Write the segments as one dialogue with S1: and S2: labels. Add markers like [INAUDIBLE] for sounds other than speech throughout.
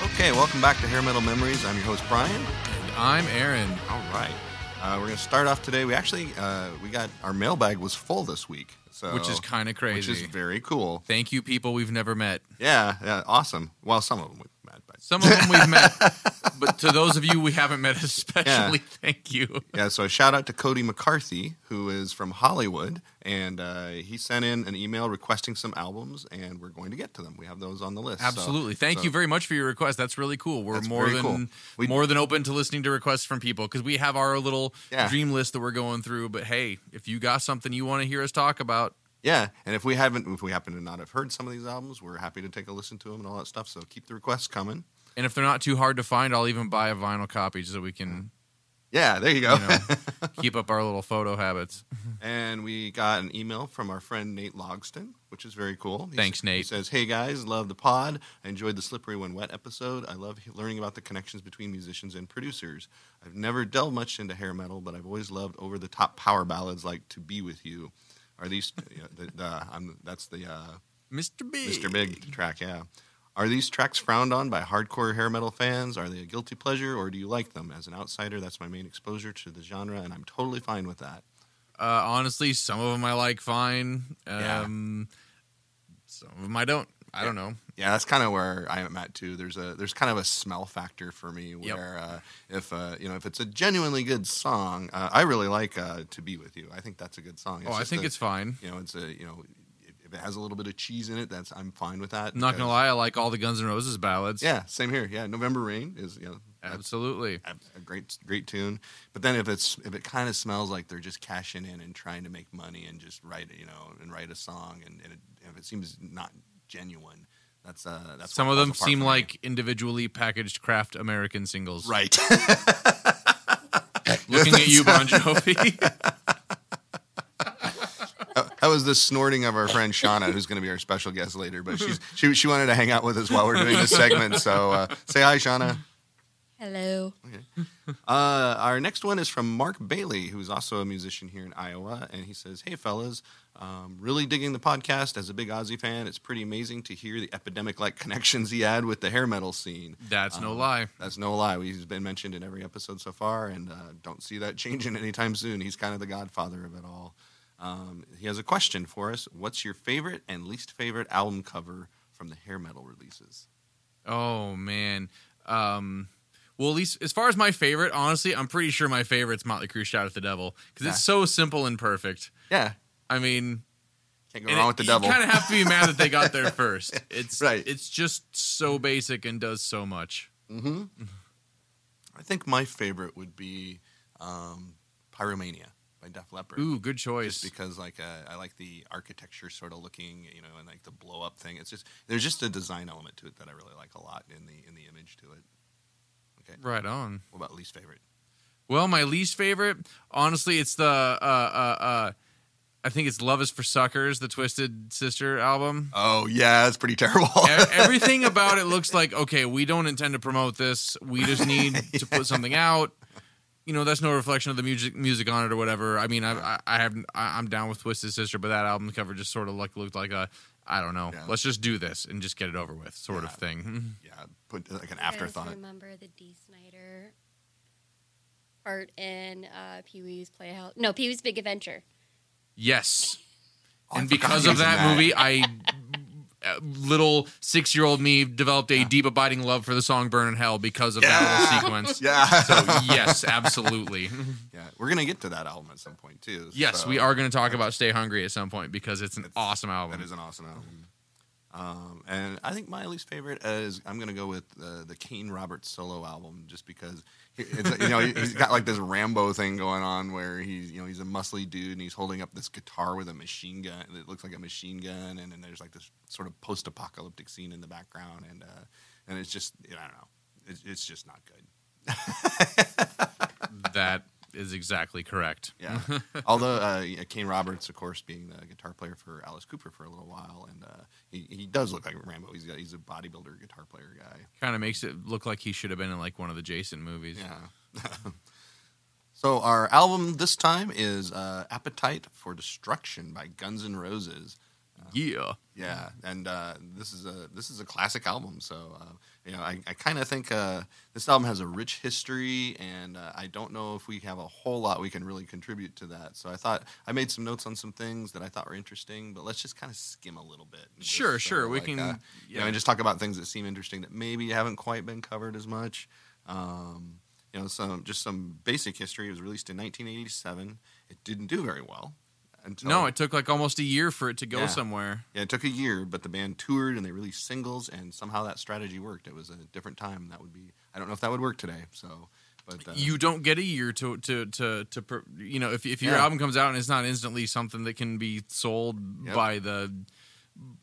S1: Okay, welcome back to Hair Metal Memories. I'm your host Brian.
S2: And I'm Aaron.
S1: All right, uh, we're gonna start off today. We actually uh, we got our mailbag was full this week, so
S2: Which is kinda
S1: which is
S2: crazy.
S1: very cool.
S2: Thank you, people we've never met.
S1: Yeah, yeah, awesome. Well, some of them we've met, but
S2: Some of them
S1: [LAUGHS]
S2: we've met, but to those of you we haven't met, [LAUGHS] especially thank you.
S1: yeah. So shout out to Cody McCarthy, who is from Hollywood, and uh, he sent in an email requesting some albums, and we're going to get to them. We have those on the list. so-
S2: Absolutely. Thank
S1: so-
S2: you very much for your request. That's really cool. We're
S1: That's
S2: more
S1: very
S2: than
S1: cool. We-
S2: more than open to listening to requests from people because we have our little
S1: Yeah.
S2: dream list that we're going through. But hey, if you got something you want to hear us talk about,
S1: Yeah, and if we haven't, if we happen to not have heard some of these albums, we're happy to take a listen to them and all that stuff. So keep the requests coming.
S2: and if they're not too hard to find, I'll even buy a vinyl copy so we can
S1: Yeah, there you go.
S2: you
S1: [LAUGHS]
S2: know, keep up our little photo habits.
S1: and we got an email from our friend Nate Logston, which is very cool. He
S2: Thanks,
S1: s- He
S2: Nate.
S1: says, "Hey guys, love the pod. I enjoyed the slippery when wet episode. I love he- learning about the connections between musicians and producers. I've never delved much into hair metal, but I've always loved over the top power ballads like "To Be With You." Are these? [LAUGHS] you know, the, the, I'm, that's the uh,
S2: Mr. Big.
S1: Mr. Big track, yeah. Are these tracks frowned on by hardcore hair metal fans? Are they a guilty pleasure or do you like them? As an outsider, that's my main exposure to the genre, and I'm totally fine with that.
S2: Uh, honestly, some of them I like fine.
S1: Yeah.
S2: Um, Some of them I don't. I don't know.
S1: Yeah, that's kind of where I am at too. There's a there's kind of a smell factor for me where uh, if uh, you know if it's a genuinely good song, uh, I really like uh, "To Be With You." I think that's a good song.
S2: oh, I
S1: just
S2: think
S1: a-
S2: it's fine.
S1: you know it's a you know if- if it has a little bit of cheese in it, that's I'm fine with that.
S2: I'm not gonna
S1: because-
S2: lie, I like all the Guns N' Roses ballads.
S1: Yeah, same here. Yeah, November Rain is you know that's-
S2: absolutely.
S1: a a great great tune. But then if it's if it kind of smells like they're just cashing in and trying to make money and just write you know and write a song and, and it, if it seems not genuine, that's uh that's
S2: some
S1: what
S2: of
S1: falls
S2: them
S1: apart
S2: seem
S1: for me.
S2: like individually packaged craft American singles.
S1: right.
S2: Looking at you, Bon Jovi.
S1: [LAUGHS] that was the snorting of our friend Shauna, who's going to be our special guest later. But she's she she wanted to hang out with us while we're doing this segment. So uh, say hi, Shauna.
S3: Hello.
S1: Uh, our next one is from Mark Bailey, who's also a musician here in Iowa, and he says, "Hey fellas, um, really digging the podcast. As a big Ozzy fan, it's pretty amazing to hear the epidemic-like connections he had with the hair metal scene.
S2: [LAUGHS] That's no
S1: Um,
S2: lie.
S1: That's no lie. He's been mentioned in every episode so far, and uh, don't see that changing [LAUGHS] anytime soon. He's kind of the godfather of it all. Um, he has a question for us: What's your favorite and least favorite album cover from the hair metal releases?
S2: Oh man. Um, well, at least as far as my favorite, honestly, I'm pretty sure my favorite's Motley Crue "Shout at the Devil" because
S1: Yeah.
S2: it's so simple and perfect.
S1: Yeah,
S2: I mean,
S1: can't go wrong with the devil.
S2: You kind of have to be mad that they
S1: [LAUGHS]
S2: got there first. It's
S1: Right.
S2: It's just so basic and does so much.
S1: hmm I think my favorite would be um, Pyromania by Def Leppard.
S2: Ooh, good choice.
S1: Just because, like, uh, I like the architecture sort of looking, you know, and like the blow up thing. It's just there's just a design element to it that I really like a lot in the in the image to it.
S2: right on.
S1: What about least favorite?
S2: Well, my least favorite, honestly, it's the uh, uh, uh, I think it's "Love Is for Suckers," the Twisted Sister album.
S1: Oh yeah, that's pretty
S2: [LAUGHS]
S1: terrible.
S2: E- Everything about it looks like okay, we don't intend to promote this. We
S1: [LAUGHS]
S2: just need to put something out. You know, that's no reflection of the music music on it or whatever. I mean, I I, I have I, I'm down with Twisted Sister, but that album cover just sort of like looked like a I don't know.
S1: Yeah.
S2: Let's just do this and just get it over with, sort
S1: Yeah.
S2: of thing.
S1: [LAUGHS]
S2: [LAUGHS]
S1: yeah, put like an
S3: I
S1: afterthought.
S3: just remember the D. Snyder art in uh, Pee Wee's Playhouse. No, Pee Wee's Big Adventure.
S2: Yes,
S1: Oh, I
S2: and
S1: forgot
S2: because
S1: he
S2: of
S1: was in
S2: that, movie, I. [LAUGHS] uh, Little six year old me developed a deep abiding love for the song Burn in Hell because of that
S1: [LAUGHS] Yeah.
S2: little [LAUGHS] sequence.
S1: Yeah,
S2: So, yes, absolutely. [LAUGHS]
S1: yeah, we're gonna get to that album at some point too.
S2: Yes,
S1: so-
S2: we are going to talk about Stay Hungry at some point because it's an
S1: That's-
S2: awesome album.
S1: That
S2: [LAUGHS]
S1: is an awesome album. Um, and I think my least favorite is I'm gonna go with uh, the Kane Roberts solo album, just because he- it's, you know he- he's got like this Rambo thing going on where he's you know he's a muscly dude and he's holding up this guitar with a machine gun that looks like a machine gun, and then there's like this sort of post-apocalyptic scene in the background, and uh, and it's just I don't know, it's, it's just not good.
S2: that is exactly correct.
S1: Yeah. Although uh, yeah, Kane Roberts, of course, being the guitar player for Alice Cooper for a little while, and uh, he, he does look like Rambo. He's got, he's a bodybuilder guitar player guy.
S2: Kind of makes it look like he should have been in like one of the Jason movies.
S1: Yeah. [LAUGHS] so our album this time is uh, "Appetite for Destruction" by Guns N' Roses.
S2: Yeah.
S1: Yeah, and uh, this is a this is a classic album. So uh, you know, I, I kind of think uh, this album has a rich history, and uh, I don't know if we have a whole lot we can really contribute to that. So I thought I made some notes on some things that I thought were interesting, but let's just kind of skim a little bit. and just
S2: Sure,
S1: sort of
S2: sure, we
S1: like,
S2: can-
S1: uh, you
S2: yeah.
S1: know, and just talk about things that seem interesting that maybe haven't quite been covered as much. Um, you know, some just some basic history. It was released in 1987. It didn't do very well. Until
S2: No, it took like almost a year for it to go
S1: Yeah.
S2: somewhere.
S1: yeah, it took a year, but the band toured and they released singles, and somehow that strategy worked. It was a different time. That would be. I don't know if that would work today. So, but uh,
S2: you don't get a year to to to to pr- you know if if your
S1: Yeah.
S2: album comes out and it's not instantly something that can be sold
S1: Yep.
S2: by the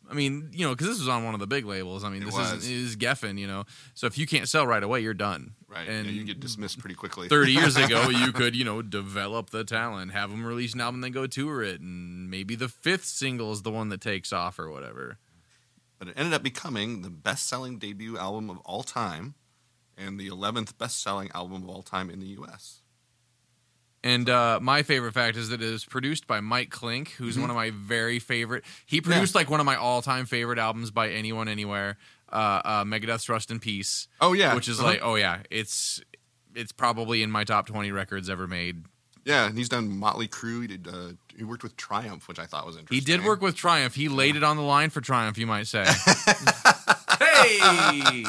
S2: I mean, you know, because this was on one of the big labels. I mean,
S1: It
S2: this
S1: was.
S2: is is Geffen, you know. So if you can't sell right away, you're done.
S1: right,
S2: And
S1: yeah, you get dismissed pretty quickly. [LAUGHS]
S2: thirty years ago, you could, you know, develop the talent, have them release an album, then go tour it, and maybe the fifth single is the one that takes off or whatever.
S1: but it ended up becoming the best-selling debut album of all time, and the eleventh best-selling album of all time in the U.S.
S2: And uh, my favorite fact is that it was produced by Mike Klink, who's
S1: Mm-hmm.
S2: one of my very favorite. He produced like one of my all-time favorite albums by anyone, anywhere. Uh, uh, Megadeth's "Rust in Peace."
S1: Oh, yeah.
S2: which is
S1: Uh-huh.
S2: like, oh yeah, it's it's probably in my top twenty records ever made.
S1: Yeah, and he's done Motley Crue. He did. Uh, he worked with Triumph, which I thought was
S2: He
S1: interesting.
S2: did work with Triumph. He laid it on the line for Triumph, you
S1: [LAUGHS]
S2: might say. hey,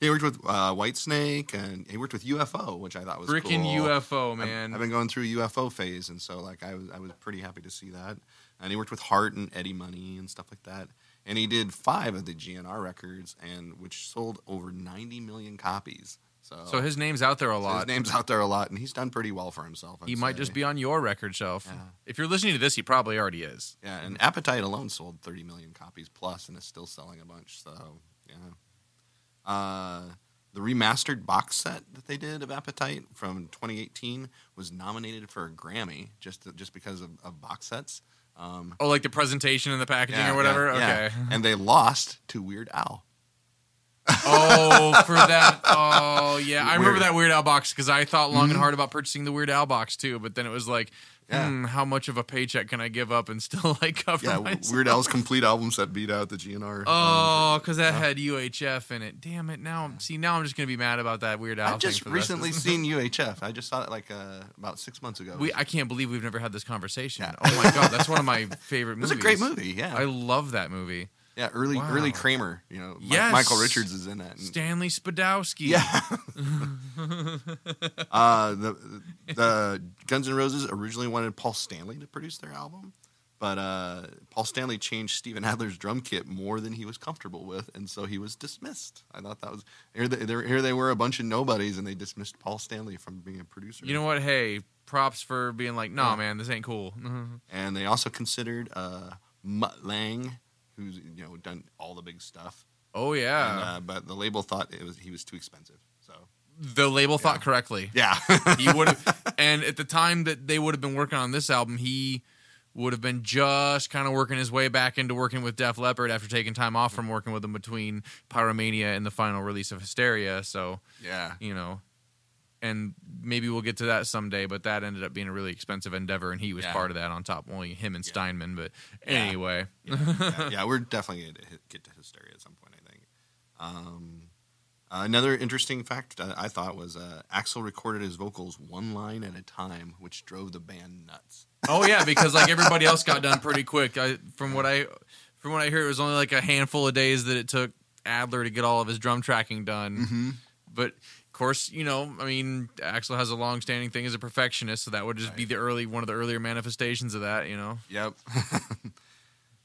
S1: He worked with uh, Whitesnake, and he worked with UFO, which I thought was
S2: freaking
S1: cool.
S2: UFO
S1: I've-
S2: man!
S1: I've, been going through UFO phase, and so like I was, I was pretty happy to see that. And he worked with Hart and Eddie Money and stuff like that. And he did five of the GNR records, and which sold over 90 million copies. So,
S2: so his name's out there a
S1: so his
S2: lot.
S1: name's out there a lot, and he's done pretty well for himself. I'd
S2: he might
S1: say.
S2: just be on your record shelf.
S1: Yeah.
S2: If you're listening to this, he probably already is.
S1: Yeah, and Appetite alone sold 30 million copies plus, and is still selling a bunch. So yeah, uh, the remastered box set that they did of Appetite from 2018 was nominated for a Grammy just just because of, of box sets. Um,
S2: Oh, like the presentation and the packaging
S1: yeah,
S2: or whatever.
S1: yeah, yeah.
S2: Okay. [LAUGHS]
S1: and they lost to Weird Al.
S2: Oh, for that. Oh, yeah. I remember
S1: Weird. Mm-hmm.
S2: that Weird Al box because I thought long and hard about purchasing the Weird Al box too, but then it was like,
S1: Yeah.
S2: hmm, how much of a paycheck can I give up and still [LAUGHS] like cover
S1: Yeah,
S2: myself?
S1: Weird Al's complete album set beat out the GNR. um,
S2: Oh, because that had UHF in it. Damn it! Now, I'm see, now I'm just gonna be mad about that Weird Al.
S1: I've just
S2: thing for the rest of
S1: recently
S2: this-
S1: seen UHF. I just saw it like uh, about six months ago.
S2: We, I can't believe we've never had this conversation.
S1: Yeah.
S2: Oh my god, that's one
S1: [LAUGHS]
S2: of my favorite
S1: it
S2: movies.
S1: was a great movie. Yeah,
S2: I love that movie.
S1: Yeah, early
S2: Wow.
S1: early Kramer. You know, Mi-
S2: Yes.
S1: Michael Richards is in that. and-
S2: Stanley Spadowski.
S1: Mm. yeah. uh, the the Guns N' Roses originally wanted Paul Stanley to produce their album, but uh, Paul Stanley changed Steven Adler's drum kit more than he was comfortable with, and so he was dismissed. I thought that was here. They, they were- here they were a bunch of nobodies, and they dismissed Paul Stanley from being a producer.
S2: You know what? Hey, props for being like, nah,
S1: Yeah.
S2: man, this ain't cool. Mhm.
S1: [LAUGHS] and uh, they also considered uh, Mutt Lang, who's you know done all the big stuff,
S2: Oh
S1: and,
S2: yeah.
S1: uh, but the label thought it was he was too expensive. So
S2: the label thought
S1: [LAUGHS]
S2: correctly.
S1: yeah.
S2: He would have and at the time that they would have been working on this album, he would have been just kind of working his way back into working with Def Leppard after taking time off from working with them between Pyromania and the final release of Hysteria, so,
S1: Yeah.
S2: you know, and maybe we'll get to that someday, but that ended up being a really expensive endeavor and he was
S1: Yeah.
S2: part of that on top only him and
S1: Yeah.
S2: Steinman, but
S1: Yeah.
S2: anyway.
S1: [LAUGHS] yeah, yeah, we're definitely going to hit, get to hysteria at some point, I think. Um, another interesting fact uh, I thought was uh, Axel recorded his vocals one line at a time, which drove the band nuts.
S2: Oh yeah, because like everybody else got done pretty quick. I from what I from what I hear, it was only like a handful of days that it took Adler to get all of his drum tracking done.
S1: Mm-hmm.
S2: But of course, you know, I mean, Axel has a long-standing thing as a perfectionist, so that would just be the early one of the earlier manifestations of that. You know,
S1: Yep. [LAUGHS]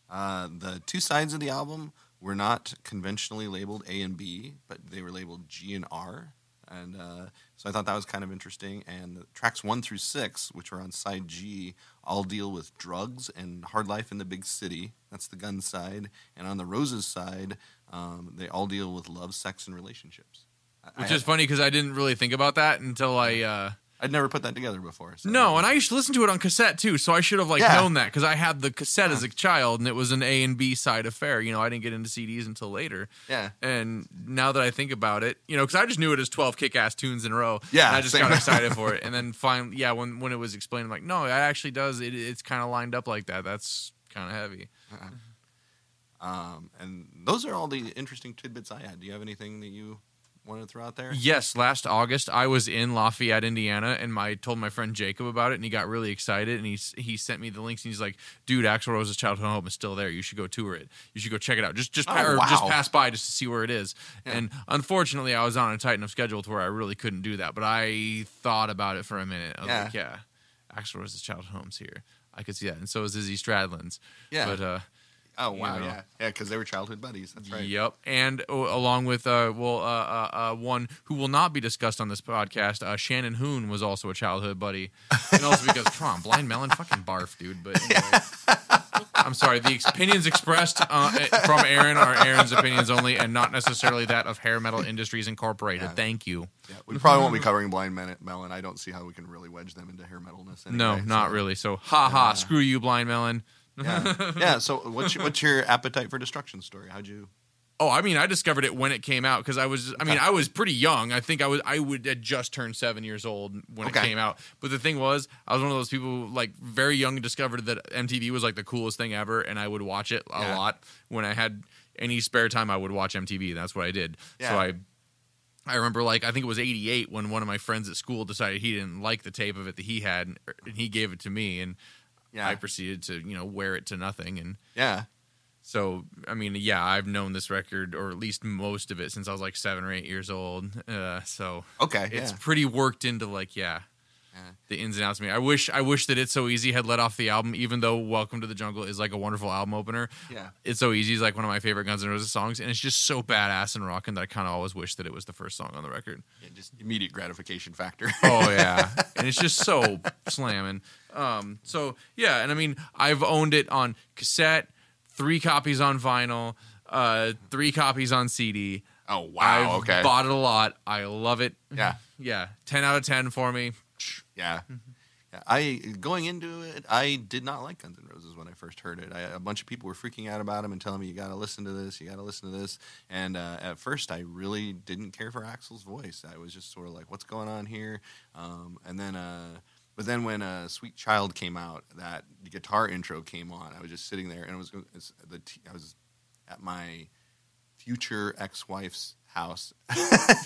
S1: uh, the two sides of the album were not conventionally labeled A and B, but they were labeled G and R. And uh, so I thought that was kind of interesting. And the tracks one through six, which are on side G, all deal with drugs and hard life in the big city. That's the gun side. And on the roses side, um, they all deal with love, sex, and relationships. I-
S2: which
S1: I,
S2: is funny because I didn't really think about that until I. uh
S1: I'd never put that together before. So
S2: No, and I used to listen to it on cassette too, so I should have like
S1: Yeah.
S2: known that because I had the cassette as a child, and it was an A and B side affair. You know, I didn't get into CDs until later.
S1: yeah.
S2: And now that I think about it, you know, because I just knew it as 12 kick ass tunes in a row.
S1: Yeah,
S2: And I just
S1: same.
S2: got
S1: [LAUGHS]
S2: excited for it. And then finally, yeah, when, when it was explained, I'm like, no, it actually does. It, it's kind of lined up like that. That's kind of heavy.
S1: Um, and those are all the interesting tidbits I had. Do you have anything that you wanted to throw out there?
S2: Yes, last August I was in Lafayette, Indiana, and my told my friend Jacob about it, and he got really excited, and he s- he sent me the links, and he's like, "Dude, Axl Rose's childhood home is still there. You should go tour it. You should go check it out. Just just pa-
S1: Oh,
S2: or just
S1: wow.
S2: pass by just to see where it is."
S1: Yeah.
S2: And unfortunately, I was on a tight enough schedule to where I really couldn't do that, but I thought about it for a minute. I was
S1: Yeah.
S2: like, "Yeah, Axl Rose's childhood home's here. I could see that, and so is Izzy Stradlin's."
S1: Yeah.
S2: but uh,
S1: Oh wow,
S2: You know.
S1: yeah, yeah, because they were childhood buddies. That's right.
S2: Yep, and o- along with uh, well, uh, uh, uh, one who will not be discussed on this podcast, uh, Shannon Hoon was also a childhood buddy, and also because come on, Blind Melon, fucking barf, dude. But anyway. I'm sorry, the ex- opinions expressed uh, from Aaron are Aaron's opinions only, and not necessarily that of Hair Metal Industries Incorporated.
S1: Yeah.
S2: Thank you.
S1: Yeah, we probably
S2: [LAUGHS]
S1: won't be covering Blind Men- Melon. I don't see how we can really wedge them into hair metalness. Anyway,
S2: no, not
S1: so-
S2: really. So, ha ha, screw you, Blind Melon. [LAUGHS]
S1: Yeah. yeah. So, what's your, what's your appetite for destruction story? How'd you?
S2: Oh, I mean, I discovered it when it came out because I was, I mean, I was pretty young. I think I was, I would had just turned seven years old when it
S1: Okay.
S2: came out. But the thing was, I was one of those people who, like very young and discovered that MTV was like the coolest thing ever, and I would watch it a
S1: Yeah.
S2: lot when I had any spare time. I would watch MTV. That's what I did.
S1: Yeah.
S2: So I. I remember, like, I think it was '88 when one of my friends at school decided he didn't like the tape of it that he had, and, and he gave it to me, and
S1: Yeah.
S2: I proceeded to, you know, wear it to nothing, and
S1: yeah.
S2: so I mean, yeah, I've known this record or at least most of it since I was like seven or eight years old. Uh, so
S1: Okay.
S2: it's
S1: yeah.
S2: pretty worked into like yeah,
S1: Yeah.
S2: the ins and outs of me. I wish I wish that it's so easy had let off the album, even though Welcome to the Jungle is like a wonderful album opener.
S1: Yeah.
S2: It's so easy is like one of my favorite Guns N' Roses songs, and it's just so badass and rocking that I kind of always wish that it was the first song on the record.
S1: Yeah, Just immediate gratification factor.
S2: Oh yeah, and it's just so slamming. Um, so yeah, and I mean, I've owned it on cassette, three copies on vinyl, uh, three copies on CD.
S1: [LAUGHS] oh wow.
S2: I've
S1: okay.
S2: bought it a lot. I love it.
S1: yeah.
S2: Yeah, ten out of ten for me.
S1: Yeah. Yeah, I going into it, I did not like Guns N' Roses when I first heard it. I, a bunch of people were freaking out about them and telling me you got to listen to this, you got to listen to this. And uh, at first, I really didn't care for Axel's voice. I was just sort of like, "What's going on here?" Um, and then, uh, but then when uh, "Sweet Child" came out, that guitar intro came on. I was just sitting there, and it was it's the t- I was at my future ex-wife's house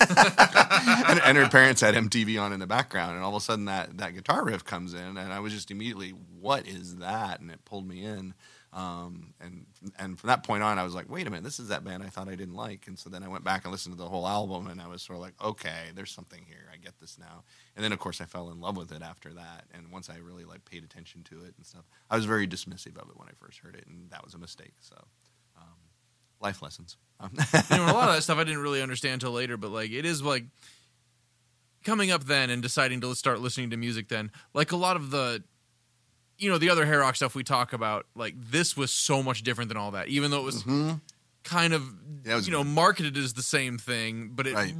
S1: and, and her parents had MTV on in the background, and all of a sudden that that guitar riff comes in, and I was just immediately, "What is that?" And it pulled me in, um, and and from that point on, I was like, "Wait a minute, this is that band I thought I didn't like." And so then I went back and listened to the whole album, and I was sort of like, "Okay, there's something here. I get this now." And then of course I fell in love with it after that, and once I really like paid attention to it and stuff, I was very dismissive of it when I first heard it, and that was a mistake. So, um, life lessons. [LAUGHS] Um,
S2: You know, a lot of that stuff I didn't really understand until later, but like it is like coming up then and deciding to start listening to music then. Like a lot of the you know, the other hair rock stuff we talk about, like this was so much different than all that. Even though it was kind of
S1: Yeah, it was-
S2: you know, marketed as the same thing, but it
S1: Right.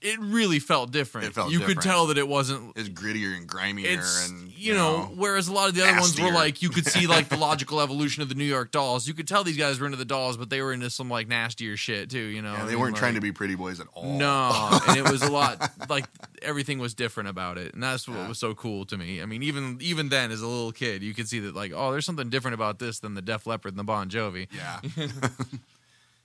S2: it really felt different.
S1: It felt
S2: you
S1: different.
S2: could tell that it wasn't
S1: It's grittier and grimier,
S2: it's
S1: and
S2: you know, whereas a lot of the other ones
S1: nastier.
S2: were like you could see like
S1: [LAUGHS]
S2: the logical evolution of the New York Dolls. You could tell these guys were into the dolls, but they were into some like nastier shit too. You know,
S1: Yeah,
S2: I
S1: they
S2: mean,
S1: weren't trying to
S2: like-
S1: be pretty boys at all.
S2: No, and it was a lot
S1: [LAUGHS]
S2: like everything was different about it, and that's what
S1: Yeah.
S2: was so cool to me. I mean, even even then, as a little kid, you could see that like, oh, there's something different about this than the Def Leppard and the Bon Jovi. [LAUGHS]
S1: Yeah. [LAUGHS]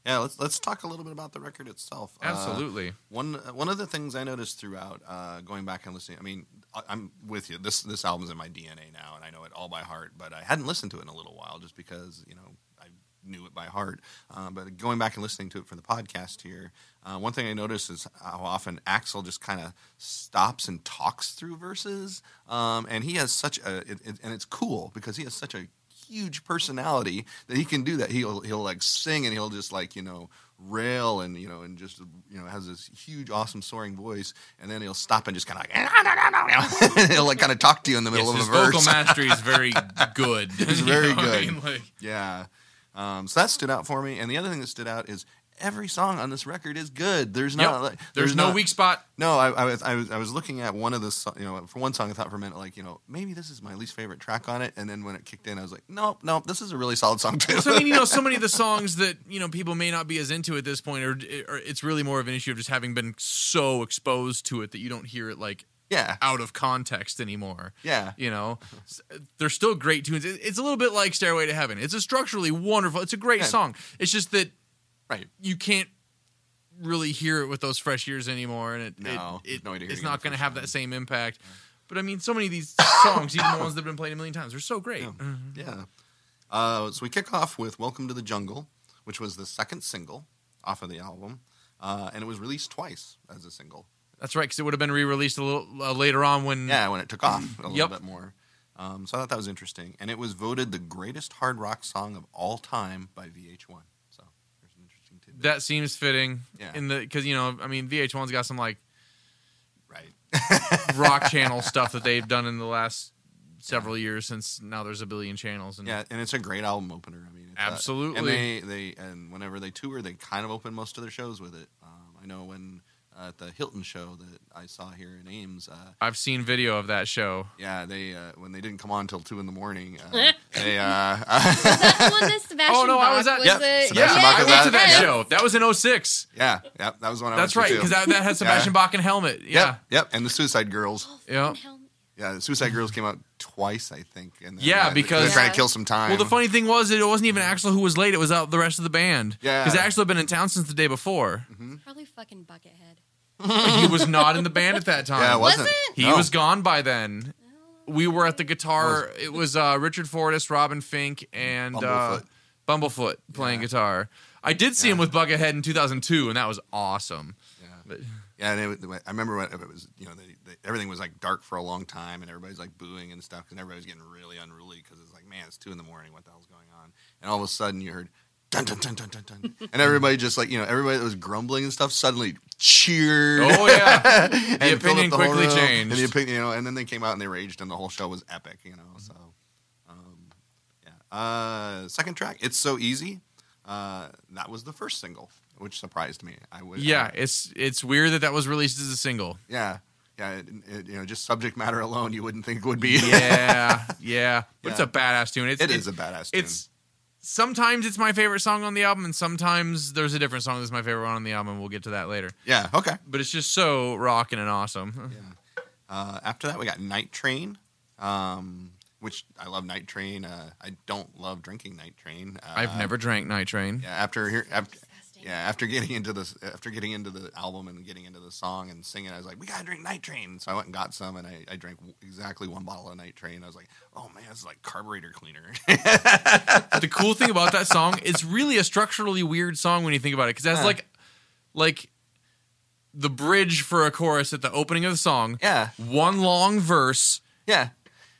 S1: yeah. Let's let's talk a little bit about the record itself. Uh,
S2: Absolutely,
S1: one one of the things I noticed throughout uh, going back and listening. I mean, I, I'm with you. This this album's in my DNA now, and I know it all by heart. But I hadn't listened to it in a little while, just because you know I knew it by heart. Uh, but going back and listening to it for the podcast here, uh, one thing I noticed is how often Axel just kind of stops and talks through verses, um, and he has such a it, it, and it's cool because he has such a huge personality that he can do that. He'll he'll like sing and he'll just like you know rail and you know and just you know has this huge awesome soaring voice and then he'll stop and just kind of like [LAUGHS] and he'll like kind of talk to you in the middle
S2: yes,
S1: of
S2: his
S1: the
S2: vocal
S1: verse.
S2: mastery is very good. [LAUGHS] It's
S1: very good. [LAUGHS] Yeah. Um, so that stood out for me. And the other thing that stood out is every song on this record is good. There's not like,
S2: there's, no
S1: not-
S2: weak spot.
S1: no, I, I was I was I was looking at one of the so- you know for one song I thought for a minute like you know maybe this is my least favorite track on it and then when it kicked in I was like nope nope this is a really solid song too.
S2: [LAUGHS] So I mean, you know, so many of the songs that you know people may not be as into at this point, or, or it's really more of an issue of just having been so exposed to it that you don't hear it like
S1: [LAUGHS] Yeah.
S2: out of context anymore.
S1: Yeah.
S2: You know, S- they're still great tunes. It- It's a little bit like Stairway to Heaven. It's a structurally wonderful. It's a great
S1: Yeah.
S2: song. It's just that
S1: Right.
S2: you can't really hear it with those fresh ears anymore, and it,
S1: No,
S2: it, it-
S1: no way to hear
S2: it's
S1: it on
S2: not
S1: the
S2: going to
S1: first
S2: have
S1: time.
S2: that same impact. But I mean, so many of these [COUGHS] songs, even the ones that have been played a million times, are so great. Mm-hmm.
S1: Yeah. Yeah. Uh, so we kick off with Welcome to the Jungle, which was the second single off of the album. Uh, and it was released twice as a single.
S2: That's right, because it would have been re-released a little uh, later on when
S1: Yeah, when it took off a little
S2: Yep.
S1: bit more. Um, so I thought that was interesting. And it was voted the greatest hard rock song of all time by VH1. So there's an interesting tidbit.
S2: that seems fitting.
S1: Yeah.
S2: In the because you know, I mean, VH1's got some like
S1: right. [LAUGHS]
S2: rock channel stuff that they've done in the last several years since now there's a billion channels and
S1: Yeah, and it's a great album opener. I mean, it's a- and
S2: Absolutely.
S1: they they and whenever they tour, they kind of open most of their shows with it. Um, I know when uh, at the Hilton show that I saw here in Ames, uh,
S2: I've seen video of that show.
S1: yeah, they uh, when they didn't come on till two in the morning, uh, they uh, [LAUGHS]
S3: That's the one that Sebastian
S2: Oh, no, I
S3: Bach
S2: was at-
S3: was
S1: Yep,
S3: a-
S1: Sebastian
S3: yeah,
S1: Bach
S2: I
S1: was
S2: went to
S1: at-
S2: that
S1: yeah.
S2: show. That was in 06.
S1: yeah, yeah, that was one. I
S2: That's
S1: went
S2: right,
S1: to, too.
S2: because that,
S1: [LAUGHS]
S2: that had Sebastian Bach and Helmet.
S1: Yep,
S2: Yeah.
S1: yep, and the Suicide Girls.
S3: Oh,
S2: Yeah.
S3: fucking hell.
S1: Yeah, the Suicide Girls came out twice, I think. And then,
S2: Yeah,
S1: uh,
S2: because-
S1: they're trying
S3: Yeah.
S1: to kill some time.
S2: Well, the funny thing was, it wasn't even Axel who was late. It was out the rest of the band.
S1: Yeah.
S2: Because Axel had been in town since the day before.
S3: Probably fucking Buckethead.
S2: he was not in the band at that
S1: [LAUGHS]
S2: time.
S1: yeah, it wasn't.
S3: Wasn't?
S2: He
S1: No.
S2: was gone by then.
S1: Uh,
S2: We were at the guitar. It was uh, Richard Fortas, Robin Fink, and Bumblefoot, uh,
S1: Bumblefoot.
S2: Bumblefoot playing
S1: Yeah.
S2: guitar. I did see him with Buckethead in 2002, and that was awesome.
S1: Yeah.
S2: But
S1: Yeah, and it, was- I remember when it was, you know, they, they, everything was like dark for a long time, and everybody's like booing and stuff, and everybody's getting really unruly because it's like, man, it's two in the morning, what the hell's going on? And all of a sudden, you heard dun dun dun dun dun dun, and everybody just like, you know, everybody that was grumbling and stuff suddenly cheered. [LAUGHS]
S2: oh yeah,
S1: and filled up
S2: opinion
S1: the whole
S2: quickly
S1: room,
S2: changed.
S1: And the opinion, you know, and then they came out and they raged, and the whole show was epic, you know. So, um, yeah. Uh, second track, it's so easy. Uh, that was the first single, which surprised me. I was
S2: yeah. It's it's weird that that was released as a single.
S1: yeah, yeah. It, it, you know, just subject matter alone, you wouldn't think would be.
S2: Yeah, yeah. But it's
S1: Yeah.
S2: a badass tune. It's,
S1: [LAUGHS] it
S2: it's-
S1: is a badass. Tune.
S2: It's sometimes it's my favorite song on the album, and sometimes there's a different song that's my favorite one on the album. We'll get to that later.
S1: yeah, okay.
S2: But it's just so rocking and awesome.
S1: Yeah. Uh, after that, we got Night Train, um, which I love. Night Train. Uh, I don't love drinking Night Train. Uh,
S2: I've never drank Night Train.
S1: Yeah, after here, after,
S3: Disgusting.
S1: yeah, after getting into this, after getting into the album and getting into the song and singing, I was like, we gotta drink Night Train. So I went and got some, and I, I drank exactly one bottle of Night Train. I was like, oh man, this is like carburetor cleaner. [LAUGHS]
S2: [LAUGHS] the cool thing about that song, it's really a structurally weird song when you think about it, because that's
S1: Huh.
S2: like, like the bridge for a chorus at the opening of the song.
S1: yeah,
S2: One long verse,
S1: yeah.